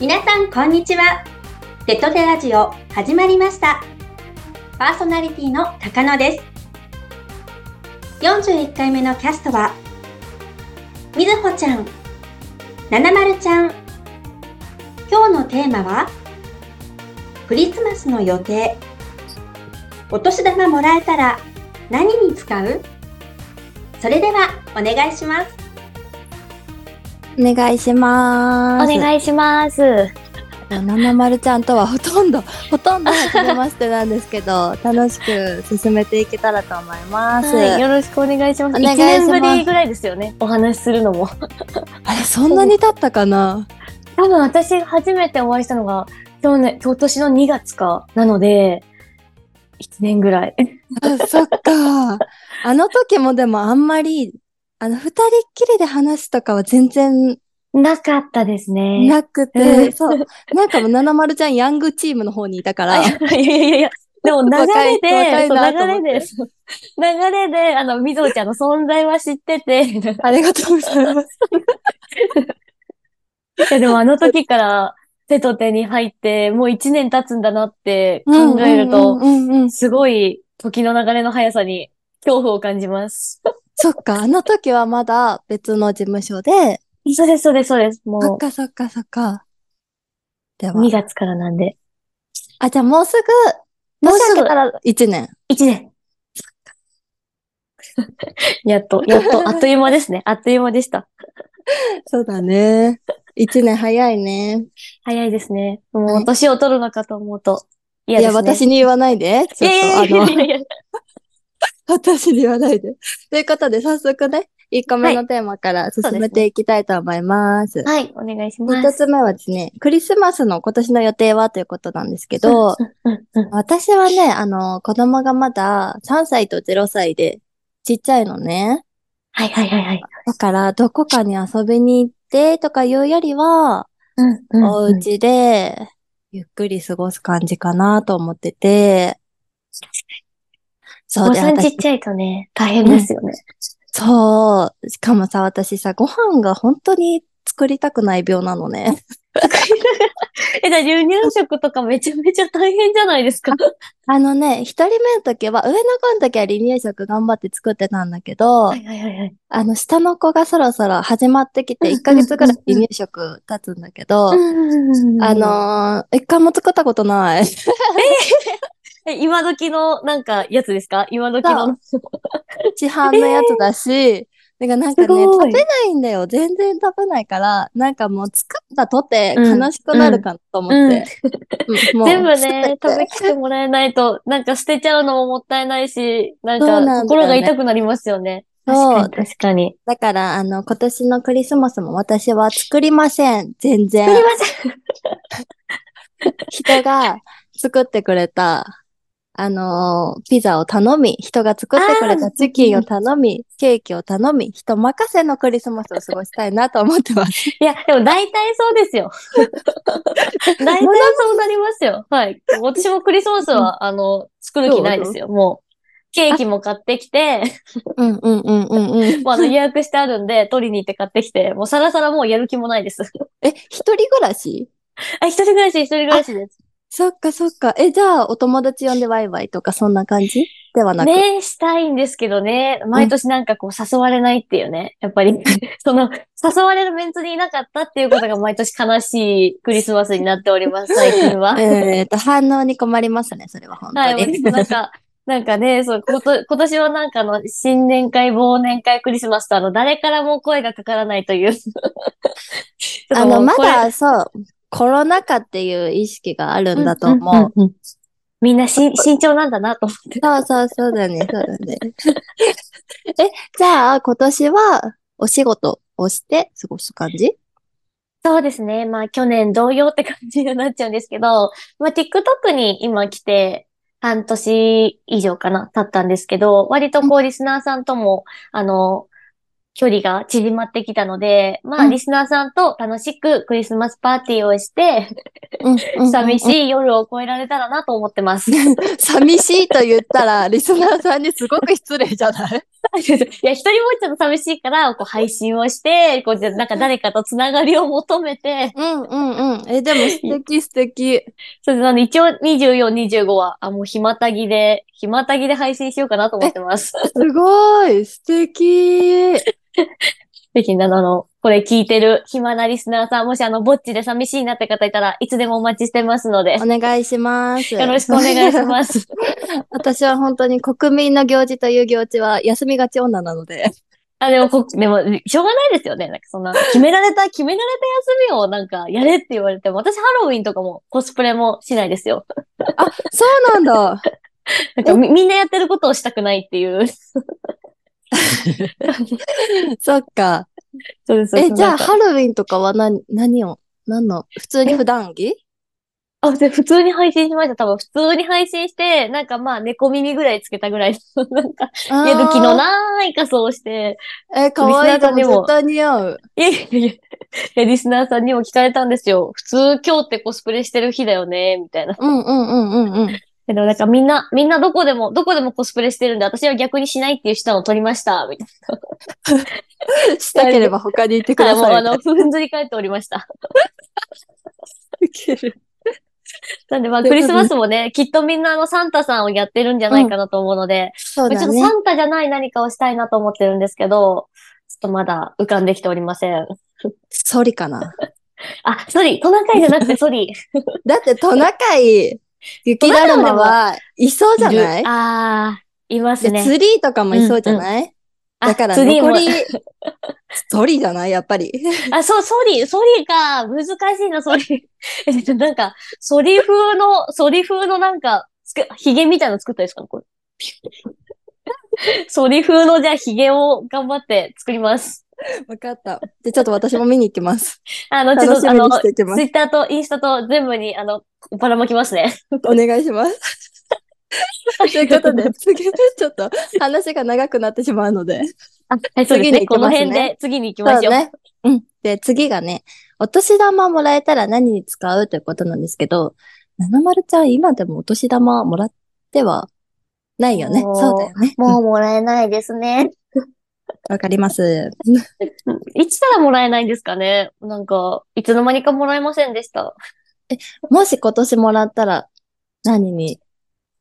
皆さん、こんにちは。テトテラジオ、始まりました。パーソナリティの高野です。41回目のキャストは、みずほちゃん、ななまるちゃん。今日のテーマは、クリスマスの予定。お年玉もらえたら何に使うそれでは、お願いします。お願いしおます。願いします。あのなまるちゃんとはほとんど、ほとんど初めましてなんですけ ど、楽しく進めていけたらと思います。はい、よろしくお願いします。お1願いします年ぶりぐらいですよね。お話しするのも。あれ、そんなに経ったかな多分私初めてお会いしたのが、去年、今年の2月か。なので、1年ぐらい。あそっか。 あの時もでもあんまり、あの、二人っきりで話とかは全然なかったですね。なくて、えーそう。なんかもう、ななまるちゃんヤングチームの方にいたから、いやいやいや、でも流れ若で、いそう若いなと流思っれてで、そう流れで、あの、みぞちゃんの存在は知ってて、 いありがとうございます。やでもあの時から手と手に入って、もう1年経つんだなって考えると、うんうんうんうんすごい時の流れの速さに恐怖を感じます。そっか、あの時はまだ別の事務所で、そうです、そうです、そうです。そっもかそっかそっか。でう、は2。月からなんで。あ、じゃあもうすぐ、もう年す明ぐけたら1年。 1年。 やっと、やっ と、あっという間ですね。あっという間でした。そうだね。1年早いね。早いですね。はも、いう年を取るのかと思うと。い嫌や、ですね。私に言わないで。ちいょっやいやいと、やあいやの、いやいや私に言わないで。ということで、早速ね、1個目のテーマから進めていきたいと思います。はい、 お願いしま1す。つ目はですね、クリスマスの今年の予定はということなんですけど、うんうん私はね、あの、子供がまだ3歳と0歳でちっちゃいのね。はいはいはいはい。だから、どこかに遊びに行ってとかいうよりは、うんうんうんお家で、ゆっくり過ごす感じかなと思ってて。そおう子で、さんちっ私、ちゃいとね、大変ですよね。そう、しかもさ、私さ、ご飯が本当に作りたくない病なのね。 え、じゃあ、輸入食とかめちゃめちゃ大変じゃないですか。あのね、一人目の時は、上の子の時は離乳食頑張って作ってたんだけど、はいはいはいはい。あの、下の子がそろそろ始まってきて、1ヶ月ぐらい離乳食経つんだけど、あのー一回も作ったことない。え、今時の、なんか、やつですか今時の。市販のやつだし、なんかなんかね、すごい食べないんだよ。全然食べないから、なんかもう作ったとてうん悲しくなるかなと思って。う んもう全部作ねっ、て食べきってもらえないと、なんか捨てちゃうのももったいないし、なんそうなんだよねか心が痛くなりますよね。そう確かに確かに。だから、あの、今年のクリスマスも私は作りません。全すみ 然。ません。人が作ってくれた、あのーピザを頼み、人が作ってくれたチキンを頼み、ケーキを頼み、人任せのクリスマスを過ごしたいなと思ってます。いや、でも大体そうですよ。 大体そうなりますよ。はい。私もクリスマスは、あの、作る気ないですよ。もう。ケーキも買ってきて、うんうんうんうんうん。もうあの予約してあるんで、取りに行って買ってきて、もうさらさらもうやる気もないです。え、一人暮らしあ、一人暮らし、一人暮らしです。そっかそっか。え、じゃあ、お友達呼んでワイワイとか、そんな感じではなく。ねしたいんですけどね、毎年なんかこう誘われないっていうね、や っぱり、その、誘われるメンツにいなかったっていうことが毎年悲しいクリスマスになっており ます、最近は。えっと、反応に困りますね、それは本は当い、に。もうなんか、なんかね、そう、こと、今年はなんかあの、新年会、忘年会、クリスマスとあの、誰からも声がかからない という。ちょっとあもの、うま声だ、そう、コロナ禍っていう意識があるんだと思う。んんんんみんなし慎重なんだなと思って。そうそう、そうだね、そうだね。 え、じゃあ、今年は、お仕事をして過ごす感じそうですね。まあ去年同様って感じになっちゃうんですけど、まあ TikTok に今来て半年以上かな、経ったんですけど、割とこうリスナーさんとも、あの、距離が縮まってきたので、まあうんリスナーさんと楽しくクリスマスパーティーをして、寂しい。い夜を越えられたらなと思ってます。寂しいと言ったら、リスナーさんにすごく失礼じゃないいや、一人ぼっちだと寂しいから、こう配信をして、こう、じゃなんか誰かとつながりを求めて、うんうんうん。え、でも素敵素敵。それでなんで一応24、25は、あ、もう暇たぎで、暇たぎで配信しようかなと思ってます。 すごい素敵。ぜひ、あの、これ聞いてる暇なリスナーさん、もしあの、ぼっちで寂しいなって方いたらいつでもお待ちしてますのでお、願いします。よろしくお願いします。 私は本当に国民の行事という行事は休みがち女なので。あ、でもこ、でも、しょうがないですよね。なんかそんな、決められた、決められた休みをなんか、やれって言われても、私ハロウィンとかもコスプレもしないですよ。そうなんだ。なんかみみんなやってることをしたくないっていう。 そっか。そうですえ、じゃあはハロウィンとかは何、何を何の普通に普段着あ、で、普通に配信しました。多分、普通に配信して、なんかまあ、猫耳ぐらいつけたぐらいの、 なんか、あーやる気のない仮装をして、え、かわいい。でもリスナーさんに絶も対似合う。いやいやいや、いやリスナーさんにも聞かれたんですよ。普通今日ってコスプレしてる日だよね、みたいな。うんうんうんうんうん。でもなんかみんな、みんなどこでも、どこでもコスプレしてるんで、私は逆にしないっていう手段を取りました、みたいしたければ他にいてくな。だもうあさい。の、ふんずり返っておりました。なんでまあ、ということでクリスマスもね、きっとみんなあの、サンタさんをやってるんじゃないかなと思うので、そうまあちだょっとねサ。ンタじゃない何かをしたいなと思ってるんですけど、ちょっとまだ浮かんできておりません。ソリかな。あ、ソリ、トナカイじゃな くてソリ。だってトナカイ、雪だるまはいそうじゃないるあー、いますで、ね。ツリーとかもいそうじゃない、あだからツリーも残り、ソリじゃないやっぱり。 あ、そう、ソリ、ソリか、難しいな、ソリ。 えっと、なんか、ソリ風の、ソリ風のなんか、つけ、ヒゲみたいなの作ったんですかね、これ。 ソリ風の、じゃあ、ヒゲを頑張って作ります。わかった。で、ちょっと私も見に行きます。あの、楽ちょっしと、あみにの、していきまツす。イッターとインスタと全部に、あの、ばらまきま すね。お願いします。 とということで、次、ちょっと話が長くなってしまうので。あ、はい、そうです次ね。に行きこのますね辺で次に行きましょう。ね。うん。で、次がね、お年玉もらえたら何に使うということなんですけど、ななまるちゃん、今でもお年玉もらってはないよね。おーそうだよね。もうもらえないですね。わかり ます。いつからもらえないんですかねなんか、いつの間にかもらえませんでした。もし今年もらったら何に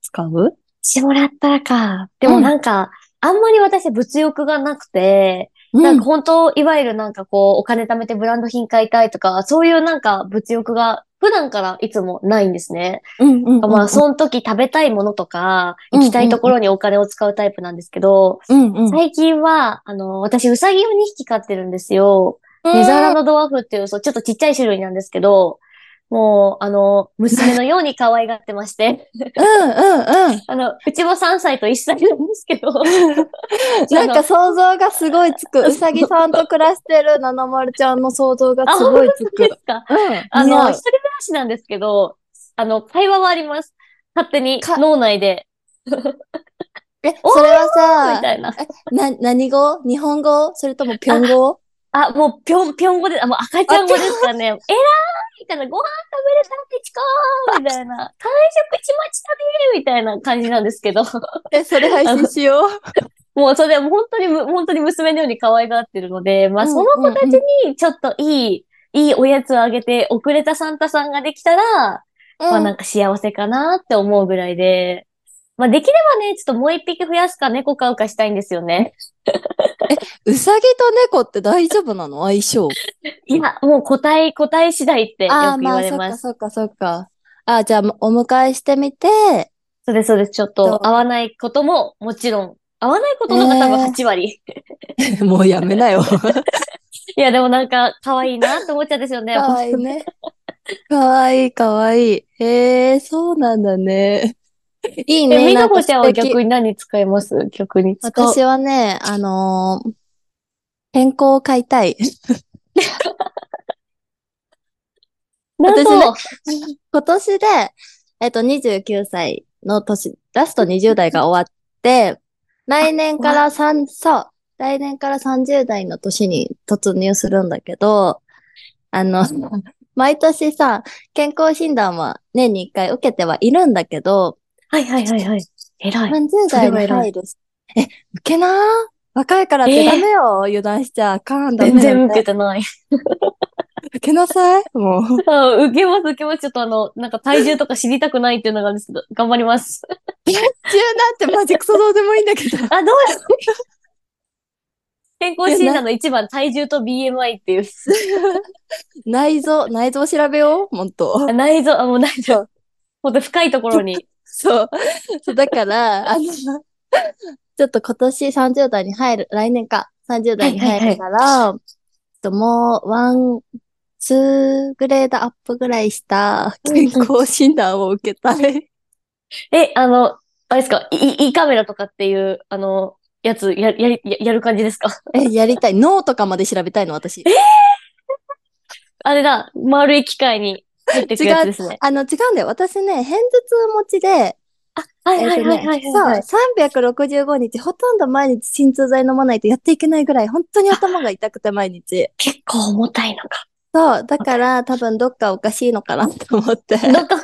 使うしてもらったらか。でもなんか、あんまり私物欲がなくて、なんか本当、いわゆるなんかこう、お金貯めてブランド品買いたいとか、そういうなんか物欲が普段からいつもないんですね。うんうんうんまあ、その時食べたいものとか、うん行きたいところにお金を使うタイプなんですけど、うんうん。最近は、あの、私、うさぎを2匹飼ってるんですよ。ミザラのドワーフっていう、そう、ちょっとちっちゃい種類なんですけど、もう、あの、娘のように可愛がってまして、 うんうんうん。あの、うちも3歳と1歳なんですけど、なんか想像がすごいつく。うさぎさんと暮らしてるななまるちゃんの想像がすごいつでく。すかうん。あ似の、合一う人暮らしなんですけど、あの、会話はあります。勝手にか脳内で、 え、それはみさ、たいな。な、何語日本語それともぴょん 語あ、もう、ぴょん、ぴょん語で、あ、もう赤ちゃん語ですかね。えらーみたいな、ご飯食べれたらピチコーみた いな、完食ちまち食べみたいな感じなんですけど、え、それ配信しよう。もうそれ、もう本当にむ、本当に娘のように可愛がってるので、まあ、うんその子たちに、ちょっといい、いいおやつをあげて、遅れたサンタさんができたら、まあなんか幸せかなって思うぐらいで、まあできればね、ちょっともう一匹増やすか猫飼うかしたいんですよね。うさぎと猫って大丈夫なの相性。いや、もう個体、個体次第ってよああ、く言まわあ、れそっまかす。そっかそっか。ああ、じゃあ、お迎えしてみて、そうです、そうです。ちょっどうと合わないことももちろん、合わないことの方が8割。 もうやめなよ。いや、でもなんか可愛いなって思っちゃうんですよね。かわいい ね。かわいい、かわいい。へえ、そうなんだね。いいえ、ね。みななこかちゃんは素敵逆に何使います逆に使う。私はね、あのー健康を買いたい。 なんと、今年で、えっと、29歳の年、ラスト20代が終わって、来年から3、そう、来年から30代の年に突入するんだけど、あ の、毎年さ、健康診断は年に1回受けてはいるんだけど、はいはいはいはい。偉い。 30代に入る。え、受けなー若いからってダメよ、油断しちゃあかん、ダメ全然受受けてない。けなさい、もう。 あ受けます、受けます。ちょっとあの、なんか体重とか知りたくないっていうのがあるんですけど、頑張ります。中なんてマジクソどうでもいいんだけど。あ、どうや健康診断の一番、体重と BMI って いう。内臓、内臓調べよう、ほんと。あ内臓、あ、もう内臓。もっと深いところに。そう。そうだから、あの、ちょっと今年30代に入る、来年か、30代に入るから、ちょっともう、ワン、ツーグレードアップぐらいした健康診断を受けたい。 え、あの、あれですか、い、いカメラとかっていう、あの、やつ、や、やり、ややる感じですかえ、やりたい。 脳とかまで調べたいの、私。あれだ、丸い機械に入ってくやつですね。あの、違うんだよ。私ね、片頭痛持ちで、はえいっはといはいはねいはい。、そう、365日、ほとんど毎日鎮痛剤飲まないとやっていけないぐらい、本当に頭が痛くて毎日。結構重たいのか。そう、だから多分どっかおかしいのかなと思って。 どっか、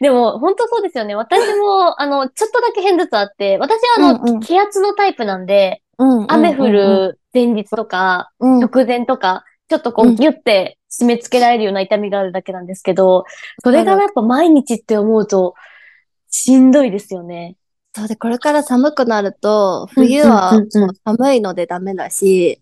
でも、本当そうですよね。私も、あの、ちょっとだけ変頭痛あって、私はあの、うんうん気圧のタイプなんで、雨降。る前日とか、うん。直前とか、ちょっとこうう、んギュって締め付けられるような痛みがあるだけなんですけど、それがやっぱ毎日って思うと、しんどいですよね。そうで、これから寒くなると、冬はうんうんうんうんもう寒いのでダメだし、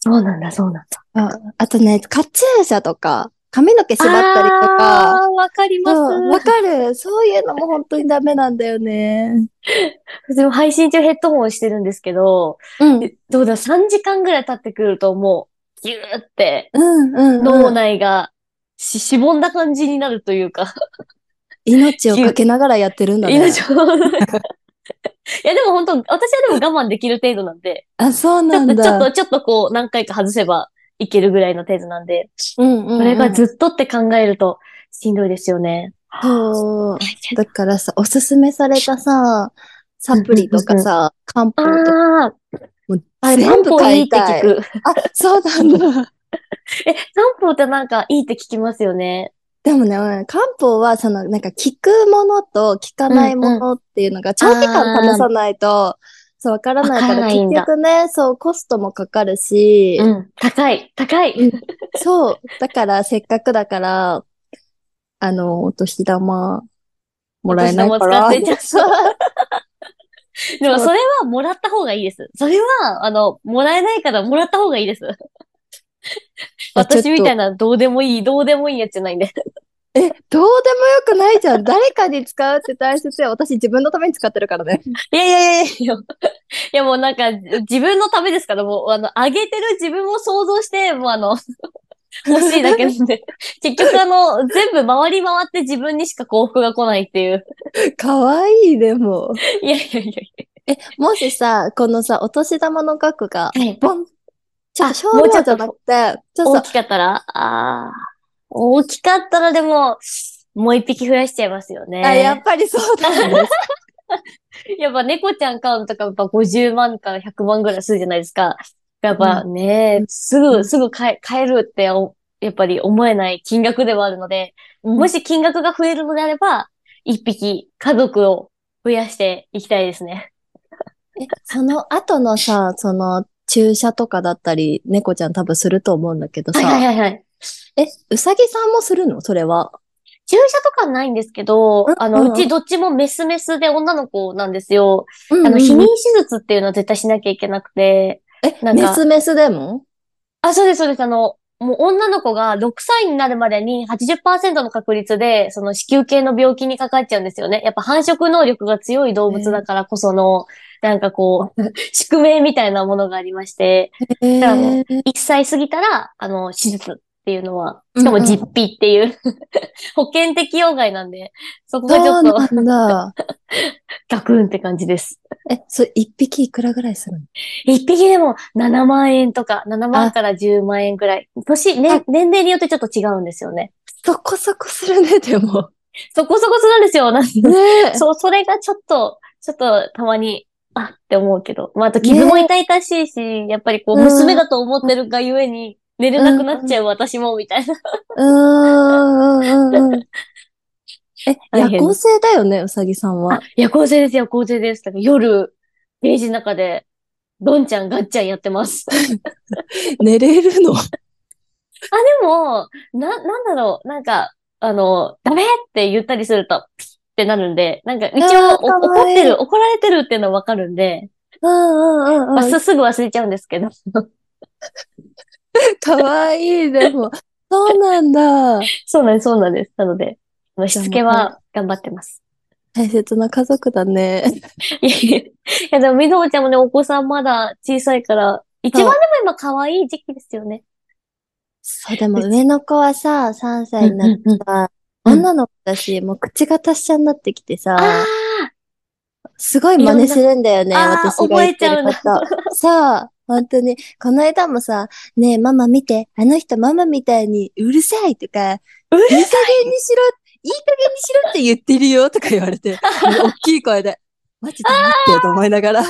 そうなんだ、そうなんだ。ああとね、カチューシャとか、髪の毛縛ったりとか、あー、わかります。そうわかる。そういうのも本当にダメなんだよね。でも配信中ヘッドホンしてるんですけど、うん。うんえどうだ、3時間ぐらい経ってくるともう、ギューって、うん、脳うん。内が、し、しぼんだ感じになるというか、命をかけながらやってるんだね。 命を。いや、でも本当、私はでも我慢できる程度なんで、あ、そうちなょんっだ。と、ちょっと、ちょっとこう、何回か外せばいけるぐらいの程度なんで、うんうん、うん。それがずっとって考えるとしんどいですよね。そう。だからさ、おすすめされたさ、サプリとかさ、漢方とかあもうあ、あれ、全漢部方いい買っいてたい。聞く。あ、そうなんだ。え、漢方ってなんかいいって聞きますよね。でもね、うん漢方は、その、なんか、効くものと効かないものっていうのが、長期間試さないと、そう、わからないか、わかららないん結だ局ね、そう、コストもかかるし、うん。高い、高い。うんそう、だから、せっかくだから、あの、お年玉、もらえないからお。年玉使でもそれはもらった方がいいです。それは、あの、もらえないからもらった方がいいです。やちょっと私みたいなどうでもいい、どうでもいいやつじゃないんで。え、どうでもよくないじゃん。誰かに使うって大切よ。私自分のために使ってるからね。 いやいやいやいや。いやもうなんか、自分のためですから、もう、あの、あげてる自分を想像して、もうあの、欲しいだけなんで。結局あの、全部回り回って自分にしか幸福が来ないっていう。かわいい、でも。いやいやいもしさ、このさ、お年玉の額が、やいや。ボンちょっと少もうち量ょっとじゃなくて、ちょ大っときかったらああ。大きかったらでも、もう一匹増やしちゃいますよね。あ、やっぱりそう だね。やっぱ猫ちゃん飼うのとか、やっぱ50万から100万ぐらいするじゃないですか。やっぱね、すぐ、すぐ買え買えるってお、やっぱり思えない金額ではあるので、ももし、し金額が増えるのであれば、一匹家族を増やしていきたいですね。その後のさ、その、注射とかだったり、猫ちゃん多分すると思うんだけどはいはいさ、はいはい。え、うさぎさんもするのそれは。注射とかないんですけどうん、あうの、んうちどっちもメスメスで女の子なんですよ。ああの、避妊手術っていうのは絶対しなきゃいけなくて。なえ、んメかスメスでもあ、そうです、そうです。あの、もう女の子が6歳になるまでに80%の確率で、その子宮系の病気にかかっちゃうんですよね。やっぱ繁殖能力が強い動物だからこその、なんかこう、 宿命みたいなものがありまして、えからもー、 1歳過ぎたら、あの、手術っていうのは、しかもうんうん実費っていう、 保険適用外なんで、そこがちそょうっとなんだ。ガクンって感じです。 え、それ一匹いくらぐらいするの一匹でも7万円とか、7万から10万円くらい。年、ねあ、年齢によってちょっと違うんですよね。そこそこするね、でも。そこそこするんですよ。なんねえ。そう、それがちょっと、ちょっとたまに、あって思うけど。まあ、あと傷も痛々しいし、やっぱりこう、うん娘だと思ってるがゆえに、寝れなくなっちゃう私も、みたいな。うーんうんうんうん。え、大変夜行性だよね、うさぎさんはあ。夜行性です、夜行性です。だから夜、ゲージの中で、どんちゃんがっちゃんやってます。あ、寝れるのでも、な、なんだろう、なんか、あの、ダメって言ったりすると、ピッってなるんで、なんか、一応あーかおわ怒っいいてる、怒られてるっていうのはわかるんで、うんうんうんまあうん。すすぐ忘れちゃうんですけど。 かわいい、で も。そうなんだ。そうなんです、そうなんです。なので、まあしつけじゃあは頑張ってます。大切な家族だね。いやいやいや、でも、みどもちゃんもね、お子さんまだ小さいから、一番でも今可愛い時期ですよね。そう、でも上の子はさ、3歳になってさ、うんうん女の子だし、もう口が達者になってきてさ、あすごい真似するんだよね、いろんなあー私が言ってるこ覚えちゃと。そう、本当に。この間もさ、ねえ、ママ見て、あの人ママみたいにうるさいとか、う るいい加減さにいしろ、いい加減にしろって言ってるよとか言われ て、もう大きい声で、マジで待ってと思いながら。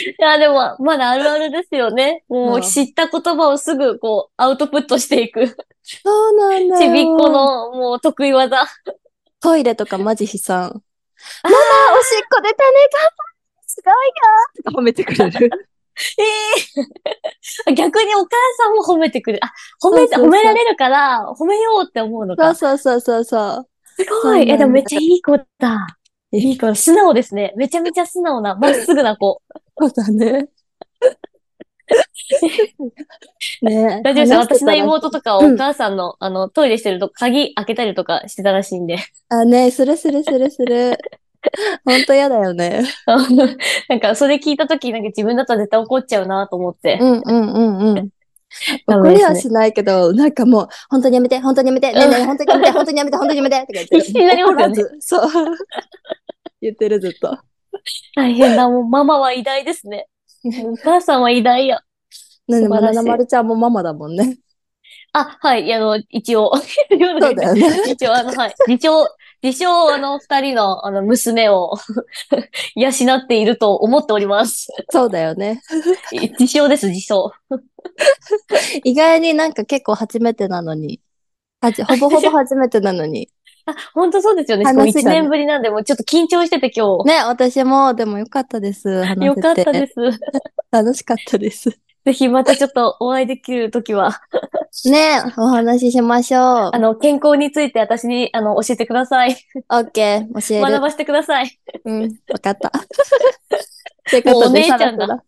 いや、でも、まだあるあるですよね。もうんう、知った言葉をすぐ、こう、アウトプットしていく。そうなんだちよ。びっこの、もう、得意技。トイレとかマジ悲惨。あおしっこ出たね、頑張れすごいとか褒めてくれる。ええ 逆にお母さんも褒めてくれる。あ、褒めて、そうそうそう褒められるから、褒めようって思うのそか。うすそうそうそうそう。そうごなんい。だえ、でもめっちゃいい子だ。いい子。素直ですね。めちゃめちゃ素直な、まっすぐな子。そうだね。ねえ大丈夫ですよ。話して私たのら妹とかはうんお母さんの、あの、トイレしてると鍵開けたりとかしてたらしいんで。 あ、ねえするするするする。ほんと嫌だよね。なんか、それ聞いたとき、なんか自分だったら絶対怒っちゃうなと思ってう。んうんうんうん。ダ怒メでりすはねしないけど、なんかもう、本当にやめて、本当にやめて、ねえねえ、本当にやめて、本当にやめて、本当にやめて、とか言ってる。必死になりますよね怒らずそう。言ってる、ずっと。大変だ。もうママは偉大ですね。もうお母さんは偉大や。ね、でも、素晴ならしいなまるちゃんもママだもんね。あ、はい。いやあの、一応。そうだよね。一応、あの、はい。自称、自称、あの、二人の、あの、娘を 養っていると思っております。そうだよね。自称です、自称。意外になんか結構初めてなのに。はじほぼほぼ初めてなのに。あ、本当そうですよね。し話かがもね一年ぶりなんで、もうちょっと緊張してて今ね、私も、でもよかったです。話せ日。て。よかったです。楽しかったです。ぜひまたちょっとお会いできるときは、ね、お話ししましょうあ。の、健康について私に、あの、教えてください。オッケー、教え学る。ばせてください。うん、わかった。 ということでもうお姉ちゃんさだら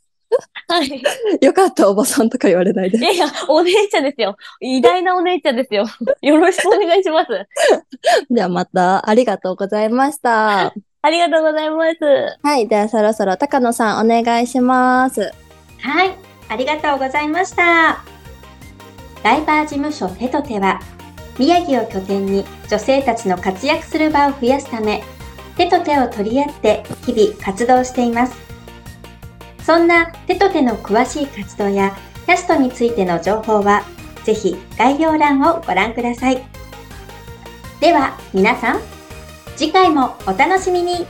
はい。さらよかった、おばさんとか言われないいで。やいや、お姉ちゃんですよ。偉大なお姉ちゃんですよ。よろしくお願いします。ではまた、ありがとうございました。ありがとうございます。はい、ではそろそろ高野さんお願いします。はい、ありがとうございました。ライバー事務所手と手は、宮城を拠点に女性たちの活躍する場を増やすため、手と手を取り合って日々活動しています。そんな手と手の詳しい活動やキャストについての情報は、ぜひ概要欄をご覧ください。では皆さん、次回もお楽しみに